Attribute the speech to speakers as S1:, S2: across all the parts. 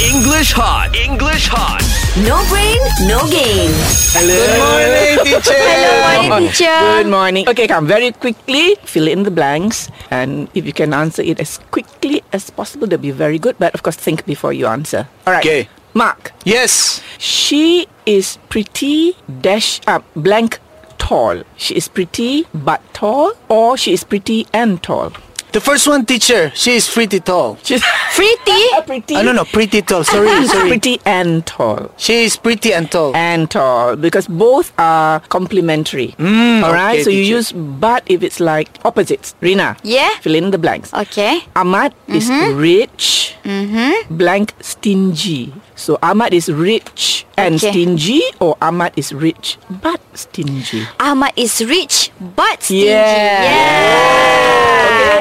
S1: English Hot English Hot
S2: No brain, no game.
S3: Good morning, teacher.
S4: Hello, morning, teacher.
S3: Good morning. Okay, come very quickly. Fill in the blanks, and if you can answer it as quickly as possible, that'll be very good. But of course, think before you answer. All right.
S4: Okay.
S3: Mark.
S4: Yes.
S3: She is pretty dash up blank tall. She is pretty but tall, or she is pretty and tall.
S4: The first one, teacher. She is pretty tall.
S3: She's
S2: Pretty.
S3: pretty.
S4: I don't know, pretty tall. Sorry, Ah, sorry.
S3: Pretty and tall.
S4: She is pretty and tall.
S3: and tall because both are complementary. all
S4: Mm,
S3: right,
S4: okay,
S3: so you
S4: teacher.
S3: use but if it's like opposites. Rina,
S2: Yeah. Mm-hmm.
S3: fill in the blanks.
S2: Okay.
S3: Ahmad is rich,
S2: Mm-hmm.
S3: blank stingy. So Ahmad is rich and
S2: Okay.
S3: stingy, or Ahmad is rich but stingy.
S2: Ahmad is rich but stingy.
S3: Yeah.
S2: Yeah.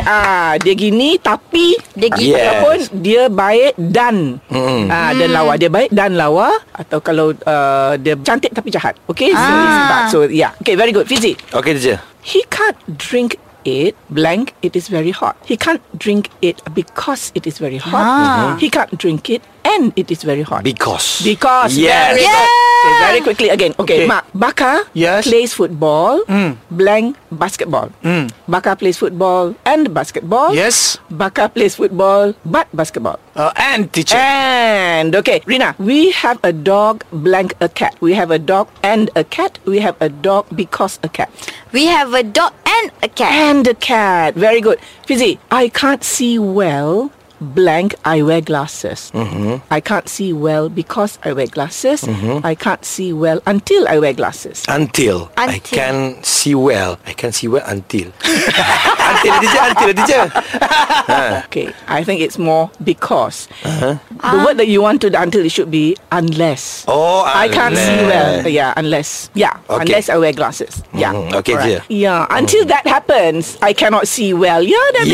S3: Ah, dia gini tapi
S2: Dia gini.
S3: yes. ataupun dia baik dan mm. ah dan lawa dia baik dan lawa atau kalau uh, dia cantik tapi jahat. Okay, so it's
S2: Ah.
S3: but. so yeah. Okay, very good. Fizi.
S5: Okay, teacher.
S3: He can't drink it blank it is very hot. He can't drink it because it is very hot. Mm-hmm. He can't drink it and it is very hot.
S5: Because.
S3: because
S5: Yes.
S3: very
S2: Yeah.
S3: Okay, very quickly again. Okay,
S4: Okay.
S3: Mark. Baka
S4: Yes.
S3: plays football, blank basketball. Baka plays football and basketball.
S4: Yes.
S3: Baka plays football but basketball.
S4: Uh, and teacher.
S3: And okay, Rina, we have a dog blank a cat. We have a dog and a cat. We have a dog because a cat.
S2: We have a dog and a cat.
S3: And a cat. Very good. Fizzy, I can't see well. Blank, I wear glasses.
S5: Mm-hmm.
S3: I can't see well because I wear glasses. I can't see well until I wear glasses.
S5: Ah. Until, I
S2: Until.
S5: can see well. I can see well until. until, teacher. Until, teacher.
S3: Okay, I think it's more because. The word that you want to until it should be unless.
S5: Uh-huh. Oh,
S3: I can't see well. Yeah, unless. Yeah,
S5: Okay.
S3: unless I wear glasses. Yeah.
S5: Mm, okay,
S3: Alright.
S5: dear. Mm-hmm.
S3: Yeah, until that happens, I cannot see well. Ah! Yeah, that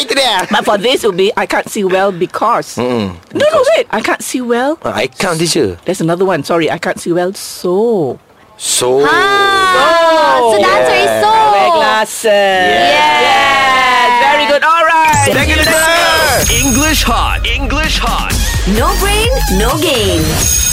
S5: Itu dia.
S3: But for this, it would be I can't see well because. No, no, wait. I can't see well.
S5: Ah, I can't, teacher.
S3: There's another one. Sorry, I can't see well. So.
S5: So.
S2: Ah, so the answer is so.
S3: glasses. Yes, very good. All right.
S5: Thank you, teacher.
S1: English Hot English Hot
S2: No brain, no game.